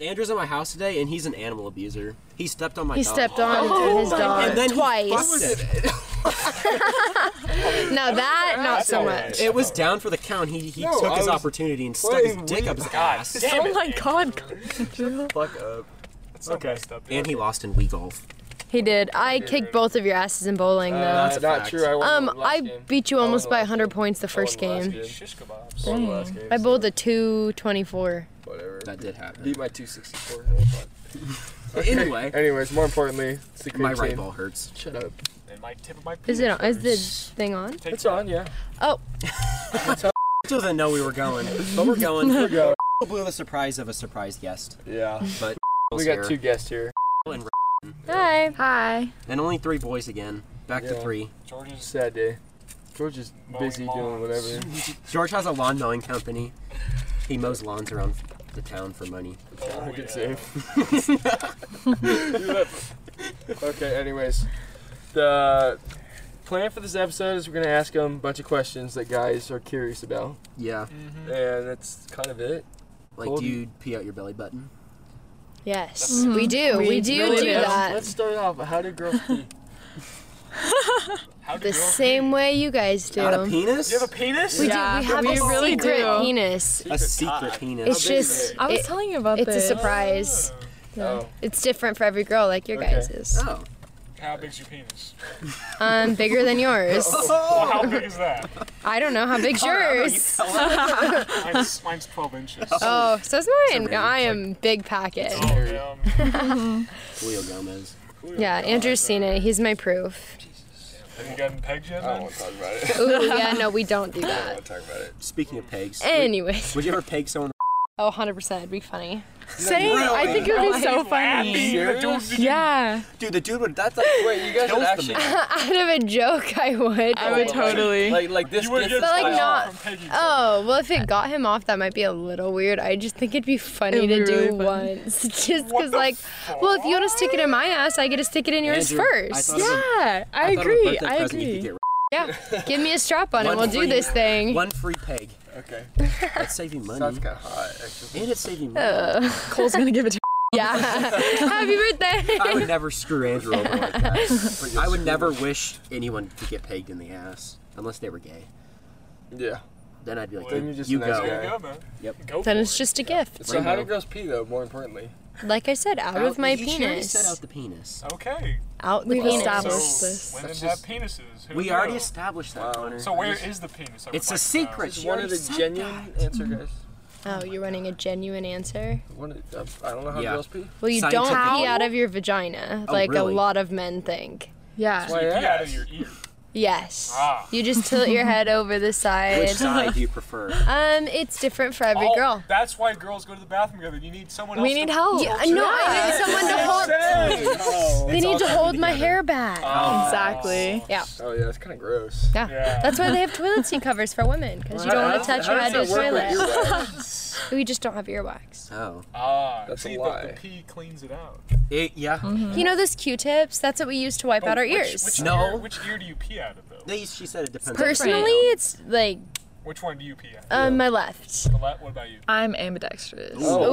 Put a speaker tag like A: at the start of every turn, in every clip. A: Andrew's at my house today, and he's an animal abuser. He stepped on my
B: He
A: dog.
B: stepped on his dog
A: And then he
B: twice.
A: fucked it.
B: No, that not so much.
A: It was down for the count. He he
C: No,
A: took
C: I
A: his
C: was
A: opportunity and stuck his
C: playing
A: dick
C: with-
A: up his
C: God
A: ass.
C: damn
D: oh
C: it,
D: my
C: Nick.
D: god.
A: Fuck up.
C: That's so
A: Okay.
C: messed up, dude.
A: And he lost in Wii golf.
B: He did. I kicked both of your asses in
E: Uh,
B: bowling though.
A: a
E: not
A: fact.
E: true. I won
B: Um,
E: the last
B: I
E: game.
B: beat you
E: I won
B: almost
E: the
B: by
E: last
B: 100
E: game.
B: points the
E: I won
B: first
E: the last
B: game.
E: game.
C: Shish kebabs.
E: Won the last game.
B: I bowled a 224.
E: Whatever.
A: That did happen.
E: Beat my 264. No fun.
A: Anyway,
E: Anyways, more importantly, it's the cream
A: my right
E: team.
A: ball hurts.
E: Shut up.
C: And my tip of my
B: Is it on? Is
C: penis
B: the thing on?
C: hurts. Take
E: It's on, yeah.
A: Doesn't know we were going, but we're going.
E: Here we go.
A: blew the surprise of a surprise guest.
E: Yeah.
A: But
E: We got two guests here.
B: Hi. Hi.
A: and only three boys again. Back to
E: Yeah.
A: three.
C: George's
E: Sad day. George is busy
C: Mowing
E: doing
C: lawns.
E: whatever.
A: George has a lawn mowing company. He mows lawns around the town for money.
C: Oh,
E: I
C: yeah.
E: could save. okay, anyways. The plan for this episode is we're going to ask them a bunch of questions that guys are curious about.
A: Yeah.
C: Mm-hmm.
E: And that's kind of it.
A: Like,
E: Cool.
A: do you pee out your belly button?
B: Yes, we do. We, do
E: Really,
B: do
E: let's-
B: that.
E: Let's start off. How do girls pee?
C: How do
B: the
C: girls
B: same way you guys do.
A: Not a penis?
C: Do you have a penis?
B: We
D: Yeah,
B: do. We have
D: we
B: a
D: really
B: secret
D: do.
B: penis.
A: a secret penis.
B: It's just.
D: I was
B: it-
D: telling you about
B: it's a
D: this.
B: surprise. Yeah.
E: Oh.
B: It's different for every girl, like your
E: Okay.
B: guys' is.
A: Oh.
C: How big's your penis?
B: Um, bigger than yours.
A: Oh.
C: Well, how big is that?
B: I don't know how big's yours.
C: Mine's, mine's 12 inches.
B: Oh, so's mine. No, I am big packet.
C: Oh, damn.
A: Julio Gomez.
B: Yeah, Andrew's seen it. He's my proof.
C: Have you gotten pegged
A: Oh,
C: yet, man?
E: to talk about it.
B: Ooh, yeah, no, we don't do that.
E: talk about it.
A: Speaking of pegs, would,
B: Anyways.
A: would you ever peg someone?
B: Oh, 100%. It'd be funny.
D: Same. I think it would be so funny. Yeah.
A: Dude, the dude would. That's like.
E: Wait, you guys
A: Kills
E: would
A: the
E: actually.
B: Out of a joke, I would.
D: I would totally.
E: Like, like this
C: You would
E: gets
C: get
B: But, like,
C: touched
B: not-
C: from pegging.
B: Oh, well, if it got him off, that might be a little weird. I just think it'd be funny
D: It'd be
B: to do
D: really funny.
B: once. Just
C: What
B: because,
C: the
B: like, well, if you want to stick it in my ass, I get to stick it in yours
A: Andrew, I
B: first.
A: thought of a-
D: Yeah, I
A: I thought of a
D: agree.
A: birthday
D: I
A: present You could
D: agree.
A: get
B: Yeah. Give me a strap on and
A: One
B: we'll do
A: free-
B: this thing.
A: One free peg.
E: Okay.
A: That's saving money.
E: Sounds kind of hot, actually.
A: and it's saving money.
B: Uh,
D: Cole's gonna give it to
B: yeah. Happy birthday.
A: I would never screw Andrew over like that.
E: But
A: I would
E: yes.
A: never wish anyone to get pegged in the ass unless they were gay.
E: Yeah.
A: Then I'd be like,
E: Then
A: "Dude,
E: you're just
A: you
E: a nice
A: go.
E: guy.
C: There you go, man.
A: Yep.
C: Go
B: Then
C: for
B: it's
C: it.
B: just a gift.
E: So how do
A: Rainbow.
E: girls pee though? More importantly,
B: Like I said, out, of my
A: You should already
B: penis.
A: set out the penis.
C: Okay.
B: Out the
D: We've
B: penis.
D: established
C: so
D: this.
C: Women
E: That's
C: have
E: just-
C: penises. Who
A: We
C: knew?
A: already established that,
E: Wow.
A: Connor.
C: So where is the penis? I would
A: It's a
C: like to
A: secret.
C: know.
A: She
E: one
A: already
E: of the
A: said
E: genuine answer, guys.
B: Oh, you're running a genuine answer?
E: One of, the- I don't know how
A: Yeah.
E: girls pee.
B: Well, you don't
A: Scientific.
B: pee out of your vagina,
A: Oh,
B: like
A: really?
B: a lot of men think.
D: Yeah.
E: Why
C: You pee out of
E: ass?
C: your ear.
B: Yes.
C: Ah.
B: You just tilt your head over the
A: Which
B: side.
A: side do you prefer?
B: Um, it's different for every
C: Oh,
B: girl.
C: That's why girls go to the bathroom together. You need someone else.
D: We need
C: to
D: help.
B: Yeah, no, I need someone to hold. They need to hold my hair back.
D: Exactly.
B: Yeah.
E: Oh yeah, that's kind of gross.
B: Yeah.
C: Yeah.
B: that's why they have toilet seat covers for women, because you don't want to touch your head to the toilet. We just don't have earwax.
A: Oh.
C: Ah,
E: That's a
C: see, The,
E: lie.
C: the pee cleans it out.
A: It- yeah.
B: You know those Q-tips? That's what we use to wipe out our
C: Oh, Which-
B: ears.
C: Which,
A: No.
C: Ear, which ear do you pee out of though?
A: They, she said it depends.
B: Personally, it's like
C: Which one do you pee out? of?
B: um, my left.
C: The left. What about you?
D: I'm ambidextrous.
E: Oh,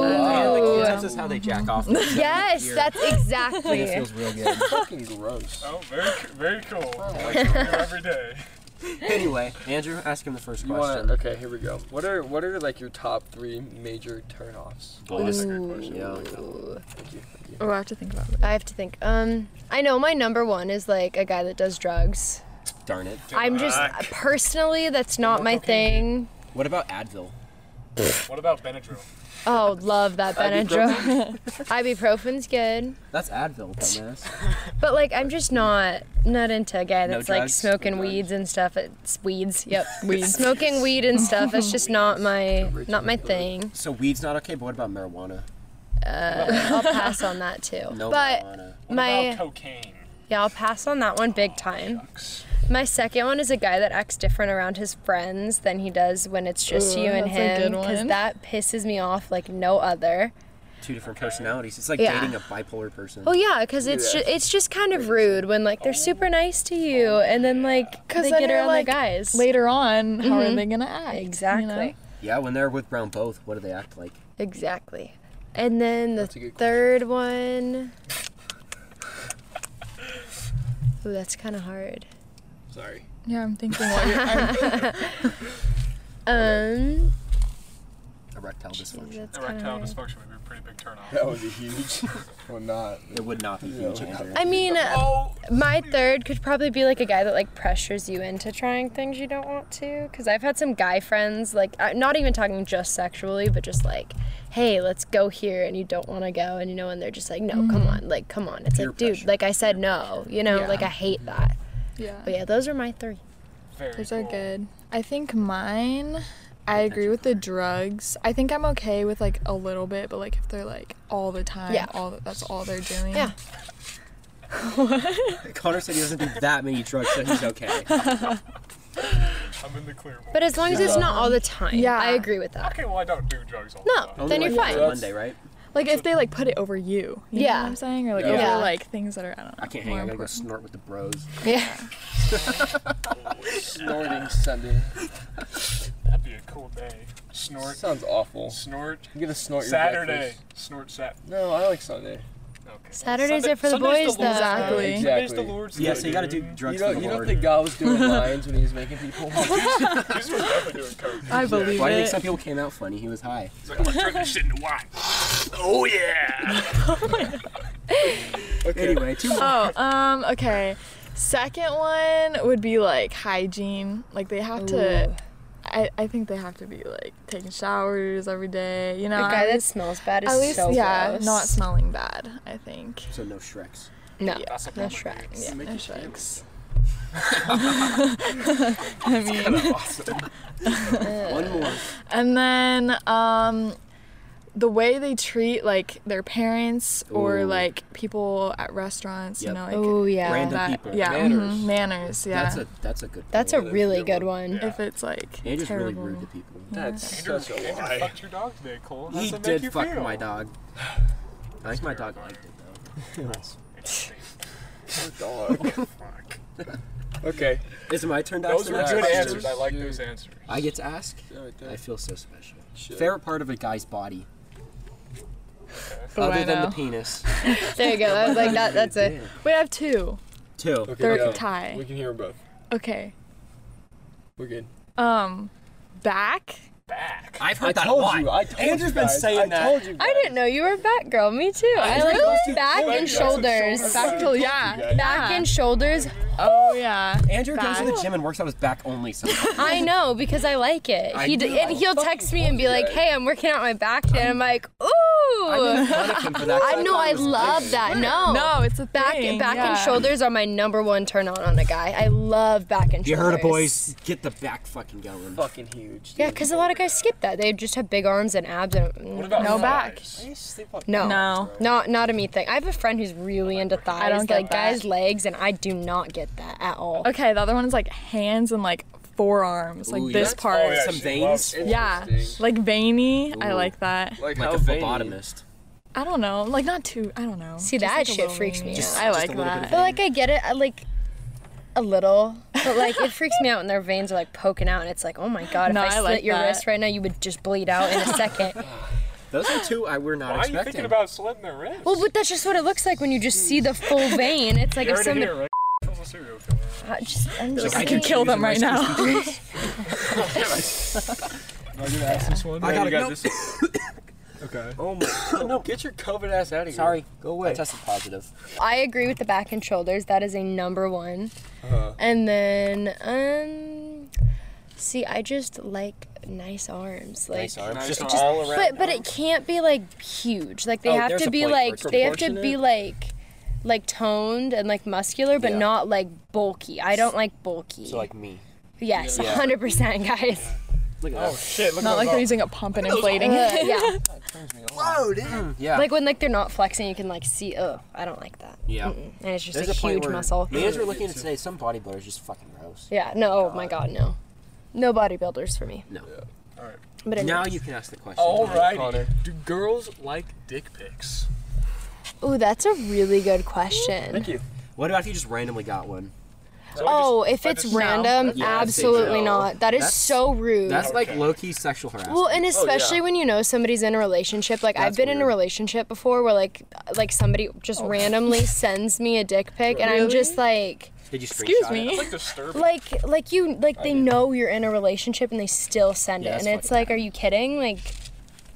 A: on
E: wow.
A: the
B: Ooh.
A: person. That's just how they jack off.
B: Yes, that's
A: It
B: exactly.
A: feels real good.
E: Fucking gross.
C: Oh, very, c- very cool. Like you do every day.
A: anyway, Andrew, ask him the first
E: You
A: question.
E: want, okay, here we go. What are what are like your top three major turnoffs?
A: Yeah.
E: Thank you. Thank you.
D: Oh, I have to think about it.
B: I have to think. Um, I know my number one is like a guy that does drugs.
A: Darn it.
B: I'm just personally, that's not my thing.
A: What about Advil?
C: What about Benadryl?
B: Oh, love that Benadryl. Ibuprofen's good,
A: That's Advil, dumbass.
B: but like I'm just not not into a guy
A: No
B: that's like
A: drugs?
B: smoking
E: No drugs?
B: weeds and stuff. It's weeds. Yep, weeds. Smoking weed and stuff. That's just not my not my thing.
A: so weed's not okay, but what about marijuana?
B: I'll pass on that too.
A: No
B: but
A: marijuana.
C: What
B: my
C: about cocaine?
B: yeah, I'll pass on that one
E: Oh,
B: big time.
C: Shucks.
B: My second one is a guy that acts different around his friends than he does when it's just
D: Ooh,
B: you and
D: that's a
B: him.
D: good
B: Because
D: one.
B: that pisses me off like no other.
A: Two different personalities. It's like
B: Yeah. Oh,
A: dating a bipolar person.
B: Well, yeah, because it's
E: Yeah.
B: ju- it's just kind of rude when like they're super nice to you and then like
D: 'Cause
B: they
D: then
B: get
D: you're
B: around
D: like,
B: the guys.
D: Later on, how are they gonna act? you know?
B: Exactly.
A: Yeah, when they're with Brown both, what do they act like?
B: Exactly. And then the
E: That's a good
B: third one. Ooh, that's kind of hard.
E: Sorry.
D: Yeah, I'm thinking. What you're, I'm,
B: Um,
A: Erectile
B: geez,
A: dysfunction.
B: that's kind
C: Erectile
B: of.
C: dysfunction would be a pretty big turnoff.
F: That would be huge. well, not.
A: It would not be huge, Andrew.
B: I mean,
C: Oh,
B: my third could probably be like a guy that like pressures you into trying things you don't want to. Cause I've had some guy friends like I- not even talking just sexually, but just like, hey, let's go here, and you don't want to go, and you know, and they're just like, no,
D: Mm-hmm.
B: come on, like, come on. It's
A: Peer
B: like, dude,
A: pressure.
B: like I said, no, you know,
D: Yeah.
B: like I hate that.
D: yeah.
B: But yeah, those are my three.
C: very
D: Those are
C: cool.
D: good. I think mine. I agree with the drugs. I think I'm okay with like a little bit, but like if they're like all the time,
B: Yeah.
D: all that's all they're doing.
B: Yeah.
A: Connor said he doesn't do that many drugs, so he's okay.
C: I'm in the clear. boy.
B: But as long as it's not all the time,
D: Yeah.
B: I agree with that.
C: okay, well I don't do drugs all the
B: No,
C: time.
A: Only
B: then you're
A: like
B: fine.
A: on Monday, right?
D: Like if they like put it over you. you Know
B: Yeah.
D: what I'm saying or like
A: Yeah.
B: Yeah.
D: over like things that are I don't know.
A: I can't hang. out. I
D: more
A: gotta go
D: important.
A: snort with the bros.
B: Yeah.
E: Snorting Sunday.
C: That'd be a cool day. Snort,
E: Sounds awful.
C: snort.
E: I'm gonna snort your
C: Saturday,
E: breakfast.
C: snort Sat.
E: No, I like Sunday.
C: Okay.
B: Saturdays
C: Sunday-
B: are for the
C: Sunday's
B: boys,
C: the Lord's
D: though.
C: Day.
E: Exactly.
C: Sunday's the Lord's
A: Yeah,
C: Day,
A: so you gotta do
C: dude.
E: You
A: drugs for
E: don't,
A: the
E: you don't
A: Lord.
E: think God was doing lines when he was making people?
C: These were definitely doing coke.
D: I believe
A: Why do you think
D: it.
A: some people came out funny? He was high.
C: It's like, I'm gonna turn this shit into wine. Oh yeah!
A: Anyway, two more.
D: Oh, um, okay. Second one would be like hygiene. Like they have to. I, I think they have to be like taking showers every day. You know,
B: The
D: at
B: guy that
D: least-
B: smells bad is
D: at least
B: so
D: yeah,
B: gross.
D: not smelling bad. I think.
A: So no Shreks.
B: No,
D: Yeah.
C: That's a
B: no
C: problem.
B: shreds.
D: Yeah,
A: make
D: no
A: you feel
D: shakes. I mean,
A: One more.
D: and then um, the way they treat like their parents or
A: Ooh.
D: like people at restaurants.
A: Yep.
D: You know, like
B: Oh yeah,
A: Random
D: that.
A: people.
D: Yeah, mhm,
E: Manners.
D: manners. Yeah.
A: That's a that's a good.
B: that's a
A: point.
B: really good one.
C: Yeah.
D: if it's like
A: Andrew's really
D: terrible.
A: rude to people.
E: That's
C: Andrew,
E: such a
C: Andrew
E: lie.
C: fucked your dog today, Cole. How's
A: He
C: that make
A: did
C: you
A: fuck
C: feel?
A: my dog. I think my dog liked it though.
E: Dog.
C: Fuck.
E: Okay.
A: Is it my turn to ask
C: Those
A: the
C: were
A: next
C: good
A: question?
C: answers. I like those answers.
A: I get to ask.
E: Right
A: I feel so special.
E: Shit.
A: Favorite part of a guy's body,
D: Oh,
A: other
D: I
A: than the
D: know.
A: penis.
B: There you go. I was like, that, that's it.
D: We have two.
A: Two.
E: Okay,
D: Third
E: go.
D: tie.
E: We can hear 'em both.
D: Okay.
E: We're good.
D: Um, back.
C: Back.
A: I've
E: I told you. I told
A: Andrew's
E: you
A: been
E: guys.
A: saying
E: I
A: that.
E: told you.
B: I didn't know you were a back girl. Me too. I like back and shoulders.
D: Back till yeah.
E: guys.
B: Back and shoulders.
D: oh yeah.
A: Andrew goes to the
D: Back.
A: gym and works out his back only sometimes.
B: I know because I like it.
A: I
B: He
A: do.
B: d- and
A: I
B: he'll
E: fucking
B: text me and be
E: told you
B: like,
E: guys.
B: "Hey, I'm working out my back," today," and I'm like, "Ooh."
A: I made fun of him for that.
B: I know. I love that. No.
D: No, it's a
B: Back,
D: thing.
B: back
D: yeah.
B: and shoulders are my number one turn on on a guy. I love back and shoulders.
A: You heard it, boys. Get the back fucking going.
E: Fucking huge.
B: Yeah, because a lot of guys skip that. They just have big arms and abs
C: What
B: and
C: about
D: No
C: thighs?
B: no.
D: No.
B: Not not a me thing. I have a friend who's really into thighs,
D: don't get
B: like guys'
D: that.
B: legs, and I do not get that at all.
D: Okay, the other one is like hands and like forearms, like
A: Ooh, yeah.
D: this
A: That's-
D: part.
C: Oh, yeah,
A: Some
C: she
A: veins?
C: loves-
D: yeah.
E: Interesting.
D: Like veiny. I
A: Ooh.
D: like that.
E: Like,
A: Like
E: how
A: a
E: veiny.
A: phlebotomist.
D: I don't know. Like not too. I don't know.
B: See,
D: Just,
B: that
D: like, a
B: shit
D: little
B: freaks me
D: veiny.
B: out.
D: I
A: Just a
D: like
A: little bit of
D: that.
B: But like I get it, I like a little, but like it freaks me out when their veins are like poking out, and it's like, oh my god,
D: No,
B: if I,
D: I
B: slit
D: like
B: your
D: that.
B: wrist right now, you would just bleed out in a second.
A: Those are two I were not
C: Why are you
A: expecting.
C: thinking about slitting their wrist?
B: well, but that's just what it looks like when you just see the full vein. It's like
C: you
B: if
C: heard it
B: somebody
C: here, right? Cole's a serial killer.
B: I just, I'm just
D: I could
B: saying.
D: kill them right now.
C: Am I gonna ask this one?
A: I
E: I
A: gotta
E: got
A: go.
E: this. okay. Oh my. no, get your COVID ass out of here.
A: Sorry.
E: Go
A: I
E: away.
A: tested positive.
B: I agree with the back and shoulders. That is a number one.
E: Uh-huh.
B: And then, um, see, I just like nice arms. Like,
A: Nice arms.
E: Nice
A: Just,
E: arms.
A: just
E: all around
B: But but it can't be like huge. Like they
A: Oh,
B: have
A: there's
B: to
A: a
B: be
A: point
B: like
A: for
B: they have to be like like toned and like muscular, but
A: Yeah.
B: not like bulky. I don't like bulky.
A: so like me.
B: yes,
A: Yeah.
B: hundred percent, guys.
A: Look at
C: Oh
A: that.
C: shit! Look at
D: Not like
C: that.
D: they're using a pump and inflating
B: Uh,
D: it.
B: yeah,
A: Whoa, damn. Yeah.
B: like when like they're not flexing, you can like see. Oh, I don't like that.
A: Yeah.
B: Mm-mm. and it's just
A: There's
B: a,
A: a point
B: huge
A: where
B: muscle.
A: Me and Andrew were looking at it today. Some bodybuilders are just fucking gross.
B: Yeah. No. Oh my god. No. No bodybuilders for me.
A: No.
B: But anyway.
A: Now you can ask the question.
E: Connor.
C: Alrighty. Do girls like dick pics?
B: Ooh, that's a really good question.
E: Thank you.
A: What about if you just randomly got one?
E: So I
B: Oh, if
E: I
B: it's
E: just-
B: random,
A: Yeah, I'd say
B: absolutely
A: no.
B: not. That is
A: That's-
B: so rude.
A: That's like
C: Okay.
A: low key sexual harassment.
B: Well, and especially when you know somebody's in a relationship. Like I've
A: That's
B: been in a
A: weird.
B: relationship before where like like somebody just randomly sends me a dick pic and I'm just like
A: Did you
D: Excuse
A: screenshot
D: me.
A: It?
E: Like disturbing.
B: like like you like they know you're in a relationship and they still send
A: Yeah,
B: it
A: that's
B: and it's
A: fucking
B: like are you kidding? Like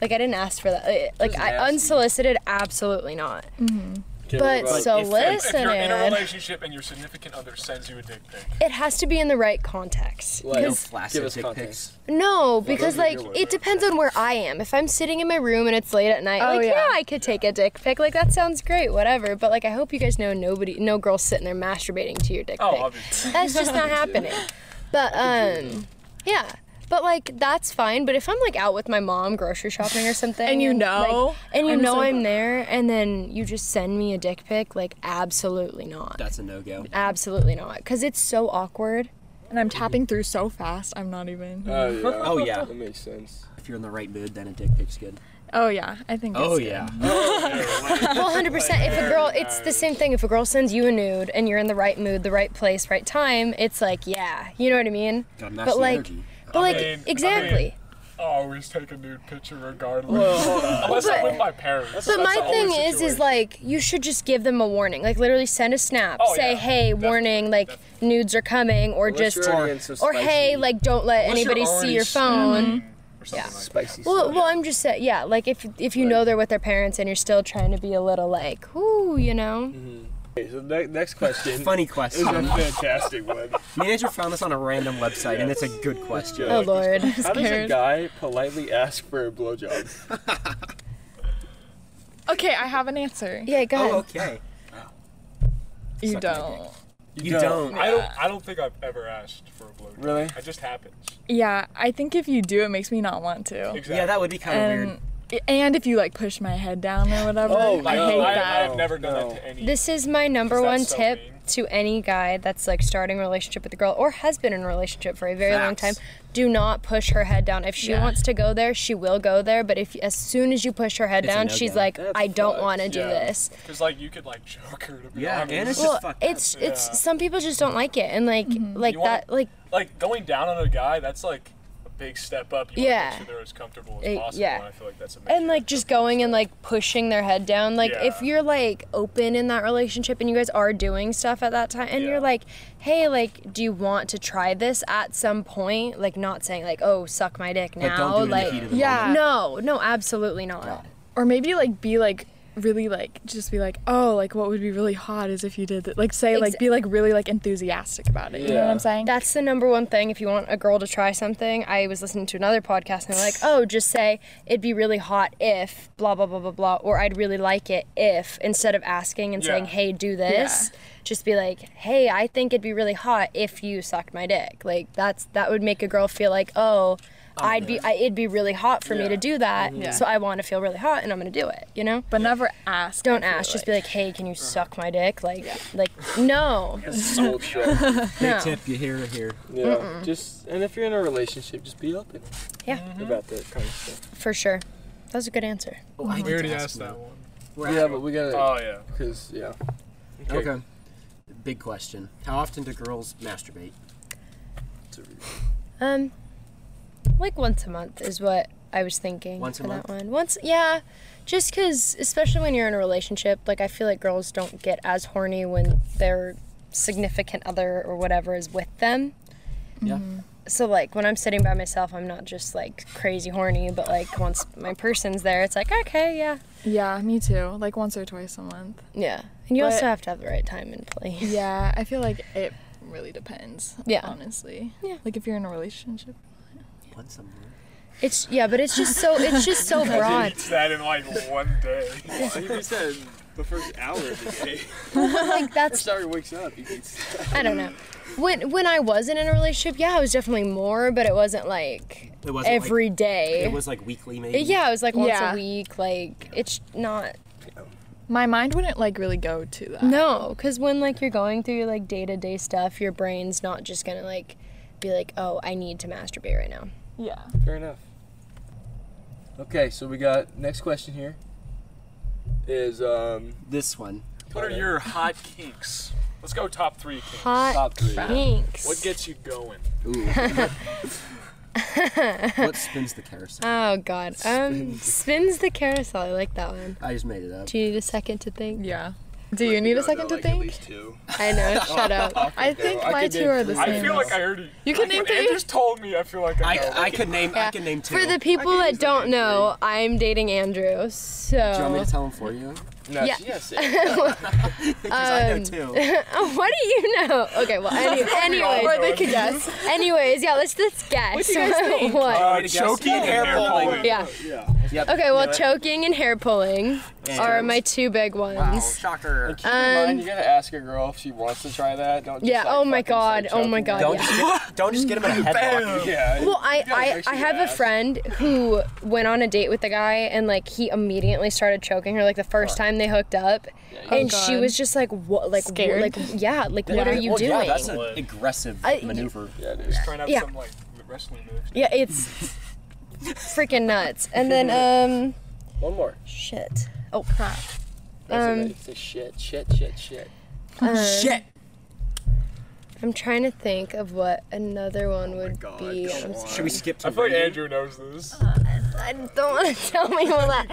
B: like I didn't ask for that. Uh, Like
E: That's
B: I,
E: nasty.
B: unsolicited absolutely not.
E: Okay,
B: But
E: what about-
B: so
C: if, if- if
B: listen.
C: you're in a relationship and your significant other sends you a dick pic,
B: It has to be in the right context.
E: Like,
A: No
B: 'Cause-
A: flaccid
E: give us
A: dick
E: context.
A: pics.
B: No, because
E: those are
B: like
E: your words.
B: it depends on where I am. If I'm sitting in my room and it's late at night,
D: Oh,
B: like yeah.
D: yeah.
B: I could take a dick pic. Like that sounds great, whatever. But like I hope you guys know nobody, no girl sitting there masturbating to your dick
C: oh,
B: pic.
C: obviously.
B: That's just not happening. But um, yeah. But like that's fine. But if I'm like out with my mom grocery shopping or something,
D: And you
B: like-
D: know?
B: and you
D: I'm just
B: know
D: like-
B: I'm there, and then you just send me a dick pic, like absolutely not,
A: That's a no go.
B: absolutely not, because it's so awkward.
D: And I'm tapping through so fast, I'm not even.
E: Oh yeah.
A: Oh, yeah.
E: That makes sense.
A: If you're in the right mood, then a dick pic's good.
D: oh yeah, I think. it's good.
B: Well, hundred percent. If a girl, it's the same thing. If a girl sends you a nude and you're in the right mood, the right place, right time, it's like, yeah, you know what I mean.
A: Gotta match
B: But
A: the
B: like,
A: energy.
B: but like,
C: mean- I
B: exactly.
C: mean- I'll always Oh, take a nude picture regardless. Unless I'm with my parents.
B: But my thing is, is like, you should just give them a warning. Like, literally send a snap.
C: Oh,
B: Say,
C: yeah.
B: hey, warning, like, nudes are coming, or
E: Unless
B: just,
E: you're already
B: or,
E: in some
B: or
E: spicy-
B: hey, like, don't let
E: Unless you're
B: anybody see
E: already
B: your phone.
C: Or something like that.
E: Spicy.
B: Well,
E: stuff.
B: well, I'm just saying, yeah. Like, if if you know they're with their parents and you're still trying to be a little like, ooh, you know.
C: Mm-hmm.
E: Okay, so ne- next question.
A: Funny
E: This is
A: question.
E: a
A: Me
E: fantastic one.
A: and Andrew found this on a random website, and it's a good question.
B: Oh lord.
E: How does a
D: Scared.
E: guy politely ask for a blowjob?
D: Okay, I have an answer.
B: Yeah, go ahead.
A: Oh, okay.
D: You
A: Suck my
D: don't.
A: You, don't.
C: I don't. I don't think I've ever asked for a blowjob.
E: Really?
C: It just happens.
D: Yeah, I think if you do, it makes me not want to.
C: Exactly.
A: Yeah, that would be kind of weird.
D: And and if you like push my head down or whatever,
E: Oh,
D: I
E: no,
D: hate
C: I,
D: that.
C: I've never done
E: No.
C: that to any.
B: This is my number
C: Is that
B: one
C: so
B: tip
C: mean?
B: to any guy that's like starting a relationship with a girl or has been in a relationship for a very long time.
A: Facts.
B: Do not push her head down. If she
D: Yeah.
B: wants to go there, she will go there. But if as soon as you push her head
A: It's a
B: down,
A: no
B: she's
A: go.
B: like,
E: That's
B: I don't
E: fucked,
B: want to do
E: yeah.
B: this.
C: Because like you could like choke her to be
A: Yeah,
C: honest.
A: and it's
B: well,
A: just fucked up.
B: it's it's
C: Yeah.
B: some people just don't like it, and like like
C: You wanna-
B: that like
C: like going down on a guy. That's like a big step up. You
B: Yeah.
C: Want to make sure they're as comfortable
B: Eh,
C: as possible.
B: yeah.
C: And I feel like that's amazing.
B: and like just going and like pushing their head down like if
C: Yeah.
B: you're like open in that relationship and you guys are doing stuff at that time and
C: Yeah.
B: you're like hey like do you want to try this at some point like not saying like oh suck my dick
A: But
B: now
A: don't do it in
B: like
A: the heat of the
D: Yeah.
A: moment.
B: no no absolutely not
D: or maybe like be like really like just be like oh like what would be really hot is if you did that like say like
B: Exa-
D: be like really like enthusiastic about it you know what
E: Yeah.
D: i'm saying
B: that's the number one thing if you want a girl to try something i was listening to another podcast and they're like oh just say it'd be really hot if blah blah blah blah blah or i'd really like it if instead of asking and saying
C: Yeah.
B: hey do this just be like hey i think it'd be really hot if you sucked my dick like that's that would make a girl feel like oh I'd be, I, it'd be really hot for me to do that,
C: Mm-hmm.
D: Yeah.
B: so I want to feel really hot, and I'm gonna do it. You know,
D: but never ask
B: don't
D: I feel
B: ask, just be like, "Hey, can you suck my dick?" Like, like, no,
E: Soul check.
B: no,
A: Big tip, you hear it here.
E: Yeah. Just and if you're in a relationship, just be open
B: yeah,
E: about
A: Mm-hmm.
E: that kind of stuff.
B: for sure. That was a good answer.
A: Oh, I
C: we already
A: did ask
C: asked that one.
A: We're
E: Yeah,
A: out.
E: but we gotta
C: Oh yeah.
E: because yeah.
A: okay. Big question. How often do girls masturbate?
B: Um, like once a month is what I was thinking
A: Once a
B: for that one. Once, yeah, just because, especially when you're in a relationship, like I feel like girls don't get as horny when their significant other or whatever is with them. Mm-hmm.
A: Yeah.
B: So like when I'm sitting by myself, I'm not just like crazy horny, but like once my person's there, it's like okay, yeah,
D: like- yeah me too like once or twice a month
B: yeah. And you
D: But-
B: also have to have the right time and place.
D: yeah i feel like it really depends
B: Yeah.
D: honestly
B: Yeah.
D: like if you're in a relationship
A: Once a month.
B: It's yeah, but it's just so it's just so broad.
C: It's that in like one day.
E: he said the first hour of the day.
B: Like that's
E: First hour he wakes up, he eats.
B: I don't know. When when I wasn't in a relationship, yeah, I was definitely more, but it wasn't like
A: It wasn't
B: every
A: like,
B: day.
A: It was like weekly, maybe.
B: yeah, it was like once
D: Yeah.
B: a week. Like it's not
D: my mind wouldn't like really go to that
B: no, because when like you're going through your like day to day stuff, your brain's not just gonna like be like, oh, I need to masturbate right now.
D: yeah
E: Fair enough. Okay, so we got next question here. Is um
A: This one.
C: What are your hot kinks? Let's go top three. Kings.
B: Hot
F: Top three.
B: pinks.
C: What gets you going?
A: Ooh. what spins the carousel?
B: Oh God. Um, spins the carousel. I like that one.
A: I just made it up.
B: Do you need a second to think?
D: Yeah. Do you need a second to
F: At
D: think?
F: least two.
B: I know. Shut up.
D: I think
F: I
D: my
F: could
D: two
F: do
D: are the
C: I feel
D: same.
C: like I already.
D: You can
C: like,
D: name
C: when
D: three?
C: Andrew's told me. I feel like I.
A: I,
C: Know.
A: I could name I
B: Yeah.
A: can name two.
B: For the people that don't know, I'm dating Andrew.
A: Do you want me
B: So.
A: to tell them for you?
E: No,
B: Yeah.
E: she has six.
A: Because I know two.
B: Oh, what do you know? Okay. Well. Any,
D: Or
B: anyways.
D: they could guess.
B: Anyways. Yeah. Let's let's guess. What?
D: do you guys think?
A: Uh,
C: choking and hair pulling.
B: Yeah.
F: Yeah.
A: Yep.
B: Okay. Well,
A: Knew it.
B: choking and hair pulling are
A: And-
B: my two big
A: Wow,
B: ones.
A: shocker.
E: Keep in
B: Um,
E: mind, you gotta ask a girl if she wants to try that. Don't. Just,
B: Yeah.
E: like,
B: oh my
E: fucking
B: God.
E: start
B: Oh my
E: choking.
B: God.
A: Don't
B: yeah.
A: just get, don't just get him in a headlock.
E: Yeah.
B: Well, I, I, I have a friend who went on a date with a guy and like he immediately started choking her like the first time they hooked up,
E: you-
B: and
D: Oh,
B: she
D: God.
B: was just like what like what-
D: Scared.
B: like yeah like what are you
A: well,
B: doing?
A: Yeah, that's an
C: doing?
A: aggressive
B: I-
A: maneuver.
E: Yeah, dude.
C: Just trying out
B: Yeah.
C: some like wrestling moves.
B: Yeah, it's freaking nuts. And then um
E: One more.
B: shit. Oh crap.
E: That's
B: Um,
E: it. Say shit, shit, shit, shit.
B: shit. I'm trying to think of what another one would
F: God,
B: be.
F: come
B: I'm
F: on.
B: sorry.
A: Should we skip to
C: I feel like
A: reading?
C: Andrew knows this.
B: I don't want to tell me all that.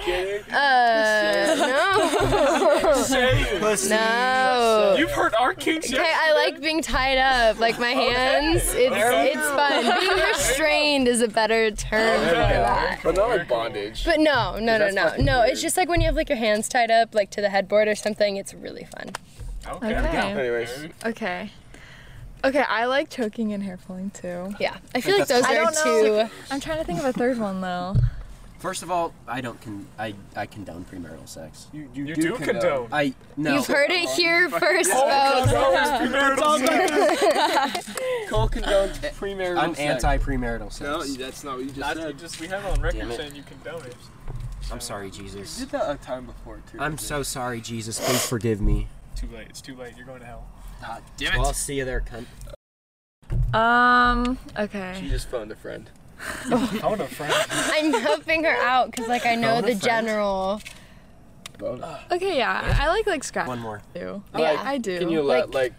B: Uh,
C: Say it.
B: no, no.
C: You've heard our kingship.
B: Okay, I like being tied up, like my hands.
C: There we
B: It's it's fun. Being restrained is a better term for that.
E: But not like bondage.
B: But no, no, no,
E: That's
B: no,
E: fucking
B: no.
E: weird.
B: It's just like when you have like your hands tied up, like to the headboard or something. It's really fun.
C: Okay.
D: Okay.
E: Anyways,
D: Okay. Okay, I like choking and hair pulling too.
B: Yeah, I feel like
A: that's-
B: those
D: I
B: are
D: don't know.
B: two.
D: I'm trying to think of a third one though.
A: First of all, I don't con- I I condone premarital sex.
F: You, you,
C: You do condone.
A: I no.
B: You've heard it here first, folks.
C: Condones.
E: Cole condones premarital
A: I'm
E: sex.
A: anti premarital sex.
F: No, that's not what you just
C: Not- you
F: said.
C: just we have on record
A: Damn it.
C: saying you condone it.
A: I'm sorry, Jesus.
F: did that a time before too.
A: I'm so sorry, Jesus. Please forgive me.
C: Too late. It's too late. You're going to hell.
E: Ah,
A: God damn it. Well, I'll see you there, cunt.
D: Um,
E: She
D: okay.
E: just phoned a friend.
C: Phone a friend.
B: I'm helping her out because like I know
A: Phone a
B: the
A: friend.
B: general.
D: Okay, yeah. I like like scratch
A: One more.
D: too.
B: Yeah.
E: Like,
D: I do.
E: Can you let
B: Like-
E: like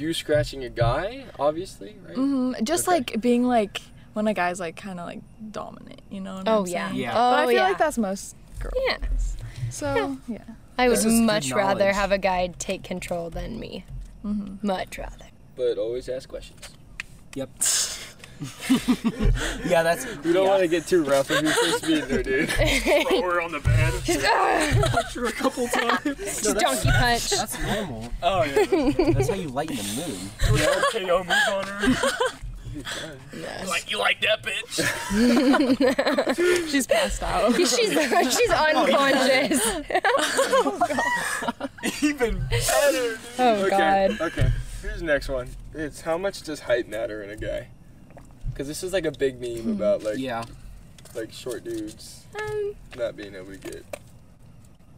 E: you scratching a guy? Obviously, right?
D: Mhm, Just
E: Okay.
D: like being like when a guy's like kind of like dominant, you know? What
B: Oh
D: I'm
B: yeah.
D: saying?
A: Yeah.
B: Oh
D: But I feel
B: yeah.
D: like that's most girls.
B: yeah.
D: So yeah.
B: I would
A: This is good
B: much rather
A: knowledge.
B: have a guy take control than me.
D: Mm-hmm.
B: Much rather.
E: But always ask questions.
A: Yep. yeah, that's.
E: You don't want to get too rough if you're first meeting her, dude.
C: Throw her on the bed.
A: a couple times.
B: Just donkey punch.
A: That's normal.
C: Oh yeah.
A: That's how you lighten the moon.
C: yeah. KO move on her. Like you like that bitch.
D: She's passed out.
B: she's she's unconscious.
C: Even better.
B: Oh
E: Okay.
B: god.
E: Okay. Here's the next one. It's how much does height matter in a guy? Because this is like a big meme about like
A: Yeah.
E: like short dudes
B: Um,
E: not being able to get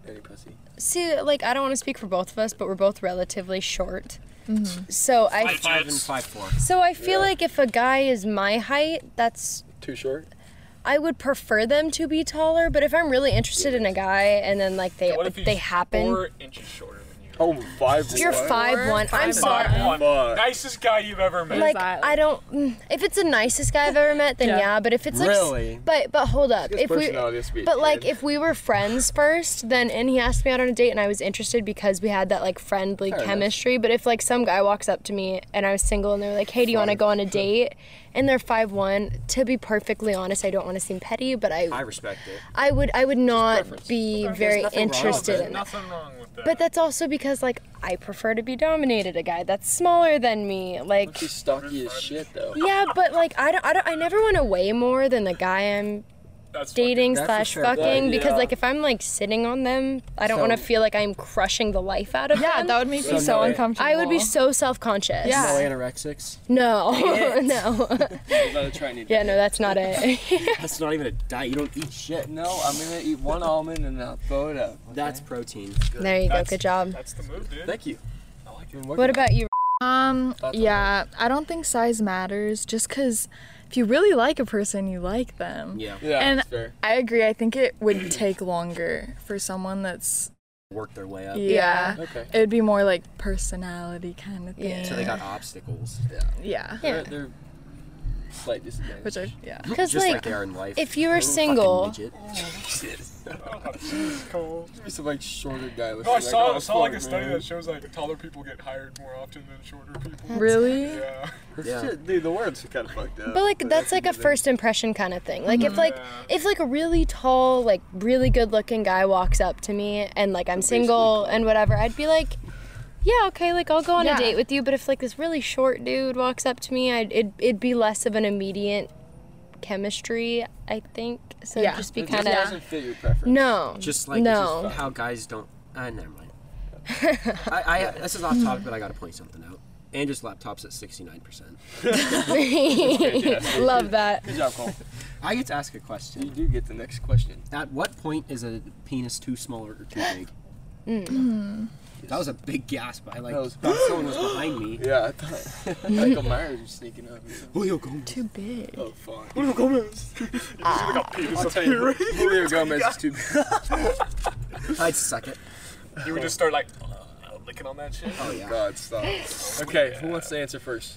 E: any pussy.
B: see, like I don't want to speak for both of us, but we're both relatively short.
D: Mm-hmm.
B: So I
A: Five and five four.
B: so I feel
E: Yeah.
B: like if a guy is my height, that's
E: Too short?
B: I would prefer them to be taller. But if I'm really interested in a guy and then like they
C: What if he's
B: they happen,
C: four inches shorter than you?
E: Oh, five.
B: if you're
E: one?
B: five one, I'm
D: Five
B: sorry.
C: Five one.
E: Fuck.
C: Nicest guy you've ever met.
B: Like
D: that?
B: I don't. mm, If it's the nicest guy I've ever met, then yeah.
D: Yeah.
B: but if it's like, s-
A: Really?
B: but but hold up.
E: His
B: If we
E: personality is being
B: But like,
E: good.
B: if we were friends first, then and he asked me out on a date, and I was interested because we had that like friendly
E: enough.
B: chemistry. But if like some guy walks up to me and I was single, and they're like, "Hey, do you want to go on a date?" and they're five one, to be perfectly honest, I don't want to seem petty, but
A: I
B: I
A: respect it.
B: I would I would not
E: preference.
B: be very
A: nothing wrong with
B: interested
A: it.
B: in that.
C: Oh, Nothing wrong with that.
B: But that's also because like I prefer to be dominated a guy that's smaller than me. Like
E: She's stocky as shit though.
B: yeah, but like I don't I don't I never want to weigh more than the guy I'm
C: that's
B: dating
A: That's for
B: slash
A: sure.
B: fucking
E: Yeah.
B: because like if I'm like sitting on them, I don't
A: So-
B: want to feel like I'm crushing the life out of
D: Yeah,
B: them.
D: that would make
E: So
D: me so
E: no-
D: uncomfortable.
B: I would be so self conscious.
D: Yeah.
A: No anorexics.
B: No. no.
E: I'm gonna try and eat-
B: yeah. No, that's not it.
A: That's not even a diet. You don't eat shit.
E: No, I'm gonna eat one almond and I'll throw it up.
A: That's protein.
B: there you go. Good job.
C: That's the move, dude.
E: Thank you.
B: What about you?
D: Um,
E: That's
D: yeah, I don't think size matters just because if you really like a person, you like them.
A: Yeah.
E: Yeah,
D: And-
E: that's fair.
D: I agree. I think it would take longer for someone that's
A: work their way up.
D: Yeah.
G: Okay.
D: It would be more like personality kind of
B: Yeah.
D: thing.
A: So they got obstacles,
D: Yeah.
B: Yeah.
E: They're, they're slight disadvantage.
D: Which are yeah.
B: Because
A: just like,
B: like,
A: they are in life.
B: if you were
A: Fucking
B: single,
A: midget.
C: Oh, Cool.
E: Give me some like shorter guy.
C: No, I saw,
E: oh,
C: I saw like a
E: fuck,
C: study
E: man.
C: that shows like taller people get hired more often than shorter people.
D: Really?
C: Yeah.
A: Yeah.
E: Shit, dude, the words kind of fucked up.
B: but like that's like a
E: amazing.
B: first impression kind of thing. Like if like
C: Yeah.
B: if like a really tall, like really good-looking guy walks up to me and like I'm single and whatever, I'd be like, yeah, okay, like I'll go on
D: Yeah.
B: a date with you. But if like this really short dude walks up to me, I'd it, it'd be less of an immediate chemistry, I think. So it'd
D: Yeah.
B: just be
E: It just
B: kind of
E: doesn't fit your preference.
B: no,
A: Just like
B: no.
A: just how guys don't. Uh, never mind. I, I this is off topic, but I gotta point something out. Andrew's laptop's at sixty nine percent.
B: Love that.
E: Good job, Cole.
A: I get to ask a
E: you
A: question.
E: do get the next question.
A: At what point is a penis too small or too big?
B: Mm.
A: That was a big gasp. I like
E: That was-
A: thought someone was behind me.
E: Yeah, I thought Michael Myers was sneaking up.
A: Julio Gomez.
D: Too big.
E: Oh fuck.
C: Julio Gomez.
E: Ah. I'll tell you, Julio Gomez is too big.
A: I'd suck it.
C: You would just start like uh, licking on that shit.
A: Oh yeah.
E: God, stop. Okay, who wants to answer first?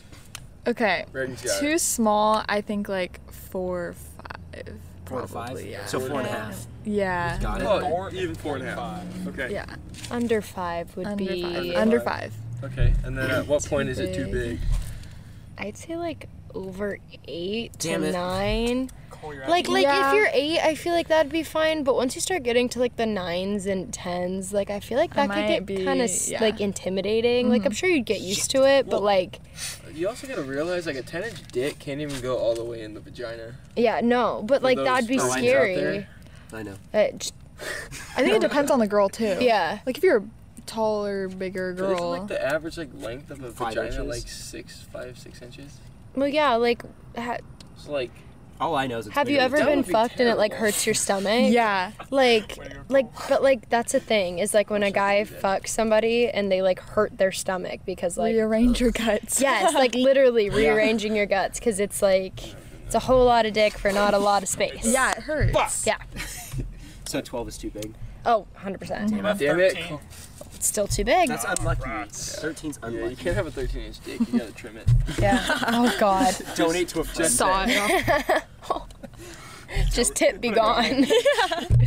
D: Okay.
E: Reagan's got
D: Too
E: it.
D: small, I think like four or five.
A: Four to five.
D: Probably, yeah.
A: So four and a half.
D: Yeah.
A: Got it.
E: Oh,
C: Four
E: even four and a half. Okay.
D: Yeah.
B: Under five would
D: Under
B: be.
D: five.
E: Yeah.
D: Under five.
E: Okay. And then at what point is it too big?
D: big.
B: I'd say like over eight
A: Damn
B: to
A: it.
B: nine.
C: Call your
B: Like like
D: Yeah.
B: if you're eight, I feel like that'd be fine. But once you start getting to like the nines and tens, like I feel like
D: I
B: that could
D: might
B: get
D: be-
B: kind of
D: yeah. Mm-hmm.
B: like intimidating. Like I'm sure you'd get used to it, but
E: Well-
B: like
E: You also gotta realize like a ten inch dick can't even go all the way in the vagina.
B: yeah, no. But like
E: those
B: that'd be
E: lines out
B: scary.
E: there.
A: I know.
B: Uh, j-
D: I think it depends on the girl too.
B: yeah.
D: Like if you're a taller, bigger
E: But isn't
D: girl.
E: like the average like length of a
A: Five
E: vagina
A: inches?
E: like six, five, six inches?
B: Well, yeah. Like, ha-
E: So like
A: All I know is it's
B: have you
A: bigger
B: ever
A: than-
B: been
E: would be
B: fucked and it like
E: terrible.
B: hurts your stomach?
D: yeah.
B: like
C: Way to go.
B: like but like that's a thing is like when a
E: Wish I
B: guy
E: could do
B: fucks somebody and they like hurt their stomach because like
D: Rearrange your guts.
B: yes like literally rearranging your guts because it's like it's a whole lot of dick for not a lot of space
D: Yeah, it hurts.
B: yeah
A: So twelve is too big.
B: oh 100%
C: About
E: damn it.
C: 13.
E: Cole.
B: it's still too big
A: That's unlucky.
C: rats.
A: 13's
E: Yeah, you
A: unlucky.
E: can't have a thirteen inch dick, you gotta trim it.
B: yeah oh god
A: Donate to a friend.
D: Saw it. off.
B: just tip be gone
E: hey,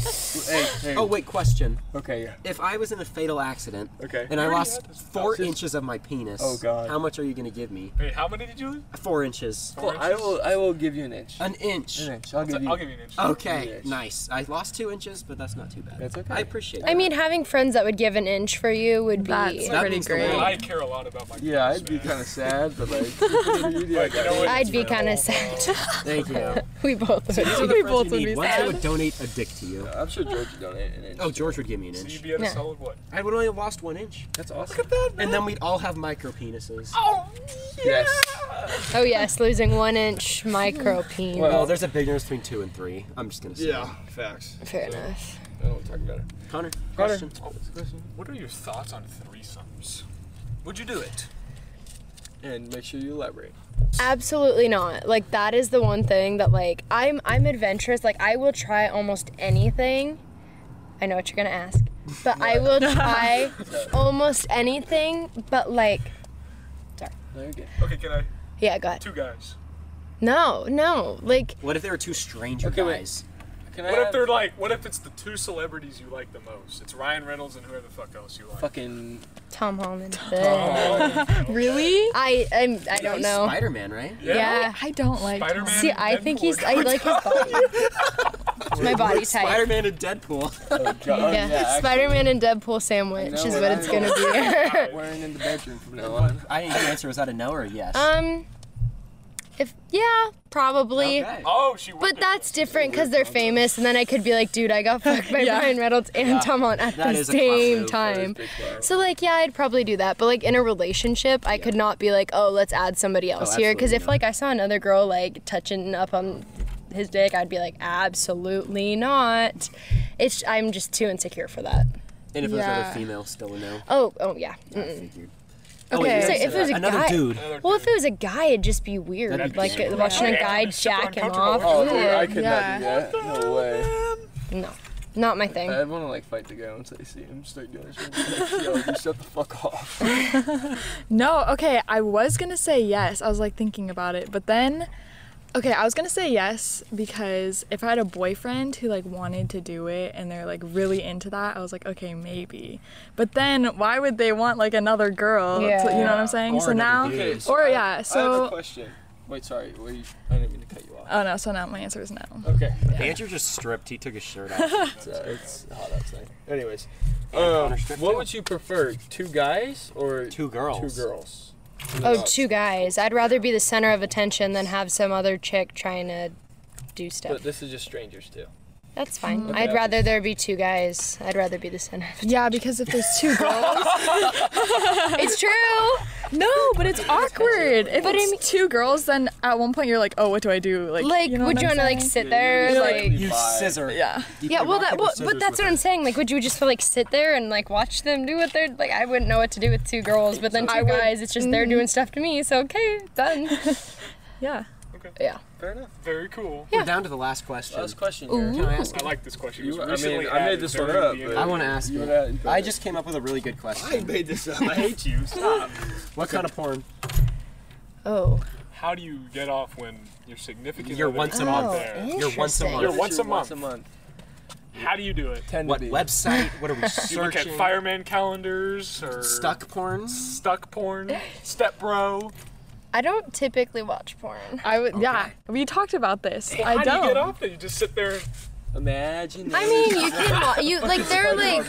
E: hey.
A: Oh wait, question.
E: Okay, yeah.
A: If I was in a fatal accident
E: Okay.
A: and I
C: already
A: lost
C: had this
A: four
E: discussion.
A: inches of my penis,
E: Oh, God.
A: how much are you gonna give me?
C: Wait, how many did you lose?
A: Four inches.
C: Four
E: Well, I
C: inches?
E: will I will give you an inch.
A: An inch.
E: An inch. I'll give you
C: I'll give you an inch.
A: Okay,
E: Yes.
A: nice. I lost two inches, but that's not too bad.
E: That's okay.
A: I appreciate it.
B: i mean having friends that would give an inch for you would be
D: That's
A: That
D: pretty
A: means the
D: great.
C: Well,
A: world.
C: I care a lot about my.
E: Yeah,
C: penis,
E: I'd be
C: man.
E: kind of sad, but like,
C: But you know what?
B: I'd
C: It's
B: be
C: real.
B: kinda sad.
A: Thank you.
B: we both would
A: These are the
D: We
A: friends
D: both
A: you
D: would
A: need.
D: be
A: Once I
D: sad.
A: would donate a dick to you.
E: I'm sure George would donate an inch.
A: Oh, George would give me an
C: So you'd
A: inch.
C: be at a
B: Yeah.
C: solid what?
A: I would only have lost one inch.
E: that's awesome.
A: And then we'd all have micro penises.
E: Yes.
B: oh yes losing one inch micro peen
A: Well, there's a big difference between two and three. I'm just gonna say.
E: Yeah, facts.
B: fair enough
E: I don't want to talk about it.
A: Connor, question.
C: What are your thoughts on threesomes? Would you do it?
E: And make sure you elaborate.
B: Absolutely not. Like that is the one thing that like I'm I'm adventurous. Like I will try almost anything. I know what you're gonna ask, but I will try almost anything. But like,
E: There you go.
C: Okay, can I?
B: yeah, go ahead.
C: Two guys.
B: No, no. Like
A: What if there were two stranger
E: Okay, wait.
A: guys?
E: Can I
C: What if
E: have
C: they're like? What if it's the two celebrities you like the most? It's Ryan Reynolds and whoever the fuck else you like.
E: fucking uh,
B: Tom Holland.
D: Oh, Really?
B: I I'm, I don't
A: He's
B: know.
A: Spider-Man, right?
B: Yeah.
D: I don't like.
C: Spider Man.
B: See, I think he's I like his body. My body type.
A: Spider-Man and Deadpool.
E: oh, God. yeah,
B: Yeah,
E: actually,
B: Spider-Man and Deadpool sandwich is
E: know what
B: what
E: I
B: it's gonna be.
E: wearing in the bedroom from now on.
A: I think the answer was out of no or yes.
B: Um, if yeah, probably.
A: Okay.
C: Oh, she. would
B: But
C: do
B: that's different because they're famous, and then I could be like, dude, I got fucked by Ryan Reynolds and Tom Holland at
A: That
B: the
A: is a clout
B: same
A: move. That
B: time.
E: Big flower.
B: So like, yeah, I'd probably do that. But like in a relationship, I could not be like, oh, let's add somebody else here, because
A: absolutely
B: if like I saw another girl like touching up on his dick, I'd be like, absolutely not. It's I'm just too insecure for that.
A: and if it was another
D: yeah.
A: female, still a no.
B: Oh, oh yeah.
A: I
B: Mm-mm.
A: figured.
D: Okay.
A: you
D: So
A: said
B: if it was
A: that.
B: a
A: another
B: guy-
A: dude.
C: Another
B: Mm. Well,
C: dude.
B: if it was a guy, it'd just be weird,
A: That'd be
B: like
A: super
B: watching a
C: weird.
B: guy
C: It'd be super
B: jacking
C: uncomfortable.
B: off.
E: Oh, dude, I
B: Yeah.
E: could
D: Yeah.
E: not do that. No way.
B: No. Not my thing.
F: I'd want to like fight the guy once I see him start doing shit. Like, Yo, you shut the fuck off.
D: No, okay, I was gonna say yes. I was like thinking about it, but then, okay, I was gonna say yes because if I had a boyfriend who like wanted to do it and they're like really into that, I was like, okay, maybe. But then, why would they want like another girl? to- you know what I'm saying? so now,
F: Okay,
D: or
F: I-
D: yeah,
F: I have
D: so-
F: a question. Wait, sorry. What you, I didn't mean to cut you off.
D: oh no, so now my answer is no.
F: Okay,
H: Andrew just stripped. He took his shirt off.
F: it's, uh, it's hot outside.
E: Anyways,
A: Connor
E: um,
A: stripped
E: what
A: too.
E: would you prefer, two guys or two
H: Two girls.
E: girls? Uh,
B: Oh, two guys. I'd rather be the center of attention than have some other chick trying to do
F: But
B: stuff.
F: this is just strangers too.
B: That's fine.
F: Okay.
B: I'd rather there be two guys. I'd rather be the center. of
D: Yeah, because if there's two girls,
B: It's true.
D: no, but it's awkward. If
B: But I
D: it's
B: mean-
D: two girls, then at one point you're like, oh, what do I do? Like,
B: Like,
D: you know
B: would
D: what
B: you
D: I'm
B: want to like
D: saying?
B: sit there?
F: You're
B: like,
F: like-
H: You
F: Five.
H: scissor.
D: Yeah.
B: yeah. Well, that. Well, but that's what I'm saying. Like, would you just like sit there and like watch them do what they're like? I wouldn't know what to do with two girls, but then two
D: I would-
B: guys. It's just they're doing stuff to me. So okay, done.
D: Yeah.
B: yeah.
F: Fair enough.
C: Very cool.
A: We're down to the last question.
F: Last question here.
C: Can I ask? I like this question. It
F: You-
C: was
F: I
C: recently
F: mean, I made
C: added
F: this one
C: during
F: up,
C: the
F: but-
C: interview.
A: I want to ask you. I just came up with a really good question.
F: made this up.
C: I hate you. Stop.
A: What kind of porn?
B: Oh.
C: How do you get off when your significant
A: You're
C: other
A: once a
C: is
A: month.
C: not there?
B: oh, interesting.
A: You're once a month.
C: You're once a
F: Once
C: month.
F: a month.
C: How do you do it?
F: Tend
A: What
F: to be.
A: website? What are we
C: Do you look at
A: searching?
C: fireman calendars or
A: Stuck porn?
C: stuck porn, step bro?
B: I don't typically watch porn.
D: I would. Yeah, we talked about this. I
C: How do
D: don't.
C: you get off it? You just sit there.
F: Imagine.
B: I mean, you can wa- you like they're like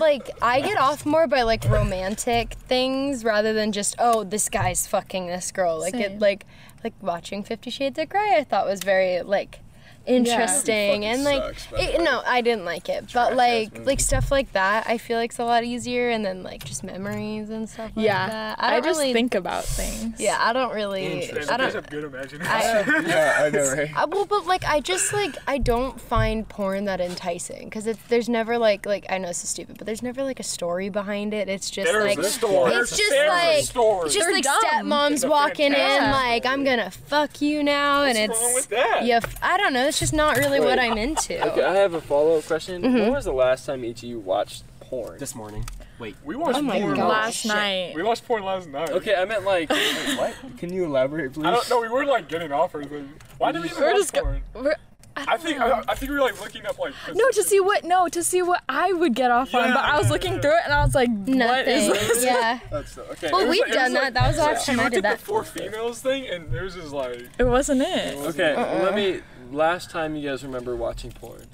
B: like I get off more by like romantic things rather than just oh this guy's fucking this girl like
D: Same.
B: it like like watching Fifty Shades of Grey I thought was very like interesting
F: Fucking
B: and like
F: sucks, by the
B: it,
F: way.
B: no I didn't like it
F: Trash-ass
B: but like
F: movie.
B: like stuff like that I feel like's a lot easier and then like just memories and stuff like
D: yeah,
B: that.
D: I,
B: I don't
D: just
B: really
D: think about things.
B: yeah I don't really
C: There's,
B: I
C: there's a
B: don't
C: good imagination.
B: I,
F: yeah, I know, right?
B: I, Uh, well, but like I just like I don't find porn that enticing because there's never like like I know this is stupid, but there's never like a story behind it. It's just
C: There's
B: like
C: a story.
B: it's just
C: There's a
B: like
C: story.
B: it's just
D: They're
B: like
D: dumb.
B: stepmoms
C: They're
B: walking in
D: fantastic.
B: like I'm gonna fuck you now, and
C: What's
B: it's
C: wrong with that?
B: yeah. f- I don't know. It's just not really what I'm into.
E: Okay, I have a follow-up question.
B: Mm-hmm.
E: When was the last time each of you watched porn?
A: This morning.
C: We watched
B: Oh my
C: porn
B: God.
C: last.
D: Last
B: shit.
D: night.
C: We watched porn last night.
F: Okay, I meant like. wait, what? Can you elaborate, please?
C: I don't know. We were like getting off or anything. Why did we even
D: We're
C: watch
D: just go-
C: porn?
D: We're-
C: I think I, I think we were like looking up like.
D: No, to see what no, to see what I would get off on. But I was
C: Yeah.
D: looking through it and I was like, what is
B: Nothing.
D: this?
B: yeah.
F: That's so, okay.
B: Well,
C: was
B: we've
C: like- it
B: done
C: was
B: that.
C: like-
B: That was the last
C: She
B: time I
C: looked
B: did
C: at
B: that.
C: the four females thing, and there was just like.
D: It wasn't it.
F: Okay, let me. Last time you guys remember watching porn,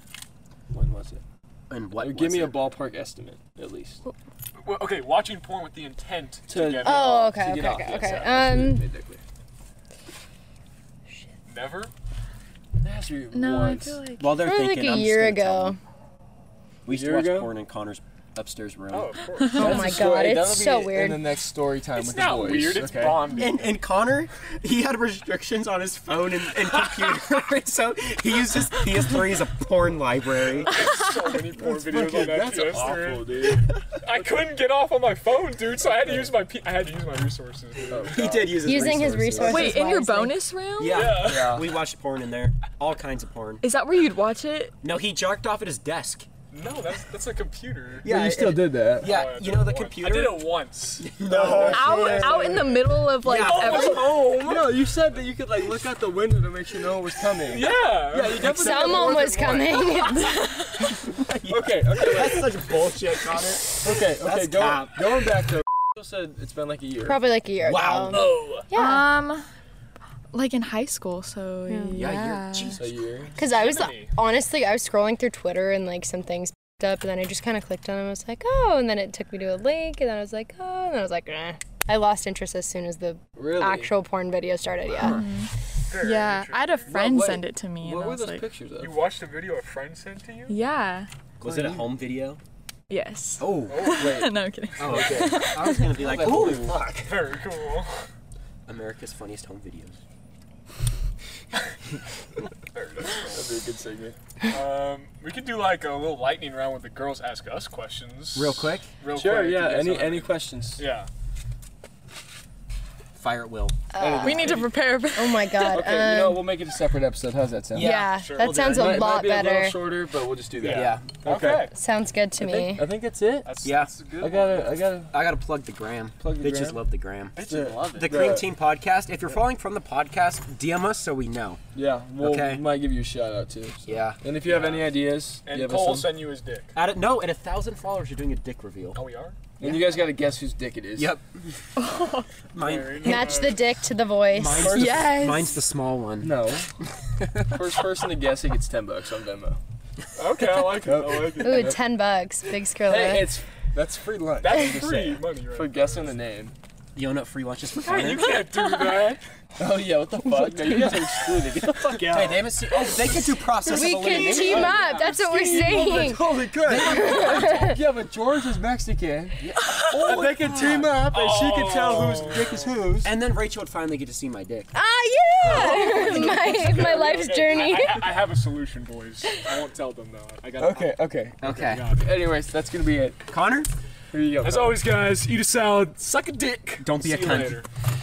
F: when was it?
A: And what?
F: Or give
A: was
F: me
A: it?
F: a ballpark estimate, at least.
C: Well, okay, watching porn with the intent to,
F: To-
C: get
B: Oh,
C: off.
B: okay,
F: get
B: okay,
F: off,
B: okay,
F: yeah,
B: okay.
F: sorry, I should've
B: Um,
F: made that clear.
C: Never.
F: There has to be
D: No,
F: once.
D: I feel like
A: While they're
B: probably like
A: thinking,
B: a
A: I'm just
B: year
A: gonna tell
B: ago.
A: them. We used to
F: Year
A: watch
F: ago?
A: porn in Connor's upstairs room.
C: Oh, of course.
B: Oh
F: That's
B: my
F: a story-
B: god,
F: that'll
B: it's
F: be
B: so
F: In
B: weird.
F: the next story time
C: it's
F: with the
C: not
F: boys.
C: weird. It's
F: okay?
C: bonding.
A: And, and Connor, he had restrictions on his phone and, and computer, so he used his PS3 as a porn library.
C: so many porn videos on that
F: That's
C: PS3.
F: awful, dude.
C: I couldn't get off on my phone, dude. So I had to use my P- I had to use my resources. dude.
A: He did use his
B: Using his resources.
D: Wait, in your
B: wisely.
D: bonus room?
A: Yeah.
F: Yeah.
A: we watched porn in there, all kinds of porn.
D: Is that where you'd watch it?
A: No, he jerked off at his desk.
C: No, that's that's a computer.
A: Yeah,
F: you still did that.
A: Yeah,
C: Oh, I
A: you
C: did
A: know
C: it
A: the
C: once.
A: computer.
C: I did it once.
A: No.
D: Out, out in the middle of like
A: Yeah. Oh,
D: every.
C: home.
F: No, you said that you could like look out the window to make sure no one was coming.
C: Yeah.
F: Yeah, you definitely
B: Someone was coming.
F: Okay, okay, wait.
A: That's such bullshit, Connor.
F: okay, okay.
A: That's
F: Go,
A: cap.
F: going back to said it's been like a year.
B: Probably like a year
A: Wow.
B: ago. Yeah.
D: Um, like in high school. So yeah.
F: A year.
B: Because I was
C: Jiminy.
B: honestly, I was scrolling through Twitter and like some things popped up, and then I just kind of clicked on them. I was like, oh, and then it took me to a link, and then I was like, oh, and then I was like, eh. I lost interest as soon as the
F: Really?
B: actual porn video started. Yeah.
C: Very
D: Yeah, I
C: interesting.
D: had a friend
F: what-
D: send it to me, and
F: What
D: I
F: were
D: was
F: those
D: like,
F: pictures of?
C: You watched a video a friend sent to you?
D: yeah,
A: Was it a home video?
D: yes.
A: Oh,
F: Wait.
D: no, I'm kidding.
E: Ah,
A: oh okay. I was gonna be like, ooh,
F: fuck.
C: Very cool.
A: America's funniest home videos.
F: That'd be a good segment.
C: Um, we could do like a little lightning round with the girls ask us questions.
A: Real quick?
C: Real
F: Sure,
C: quick.
F: yeah.
C: if you guys
F: Any
C: don't-
F: any questions?
C: Yeah.
A: fire at will.
D: we need to prepare.
B: Uh, Oh my god.
E: Okay, you know,
B: um,
E: we'll make it a separate episode. How's that sound?
B: yeah,
A: sure,
B: that
A: we'll do
B: sounds
A: that.
B: a
E: Might- might
B: lot
E: be A
B: better.
E: little shorter, but we'll just do that.
A: Yeah.
E: Okay.
B: Sounds good to
E: I
B: me.
E: think, I think that's it.
C: That's,
A: Yeah.
C: that's a good
E: I gotta, I gotta
A: I gotta plug the gram.
E: plug the
A: Bitches
E: gram.
A: love the gram.
E: Bitches love
A: The Cream Team Podcast. If you're falling from the podcast, DM us so we know.
E: Yeah, we'll,
A: Okay.
E: we might give you a shout out too. so.
A: Yeah.
E: And if you have any ideas,
C: And
E: give
C: Cole will
E: us some.
C: send you his dick.
A: At it, no, at a thousand followers, you're doing a dick reveal.
C: Oh, we are?
E: And you guys gotta guess whose dick it is.
A: Yep. Mine,
C: Very nice.
E: uh,
B: Match the dick to the voice.
A: mine's, the,
D: Yes.
A: mine's the small one.
E: No. First person to guess it gets ten bucks on Venmo.
C: Okay, I like it. I like it.
B: Ooh, ten bucks. Big Skrilla.
E: Hey, it's that's free lunch. I'm
C: That's
E: just
C: free
E: saying.
C: money,
E: for
C: right?
E: guessing the name.
A: You own up free lunches for fun.
C: can't do that.
E: Oh yeah, what the fuck? No, you guys are excluded. Get the fuck
A: Hey,
E: out.
A: they haven't seen. Oh, they could do process.
B: we
A: of elimination.
B: can team up. That's what we're saying.
E: Holy good. yeah, but George is Mexican. Oh, they can team up, and she can tell whose dick is whose.
A: And then Rachel would finally get to see my dick.
B: Ah, yeah. my my life's journey.
C: I, I, I have a solution, boys. I won't tell them, though. I got
E: Okay, okay.
A: Okay.
E: Anyways, that's gonna be it.
A: Connor?
E: Here you go.
C: As always, guys, eat a salad, suck a dick.
A: Don't be
C: See
A: a
C: you
A: cunt.
C: later.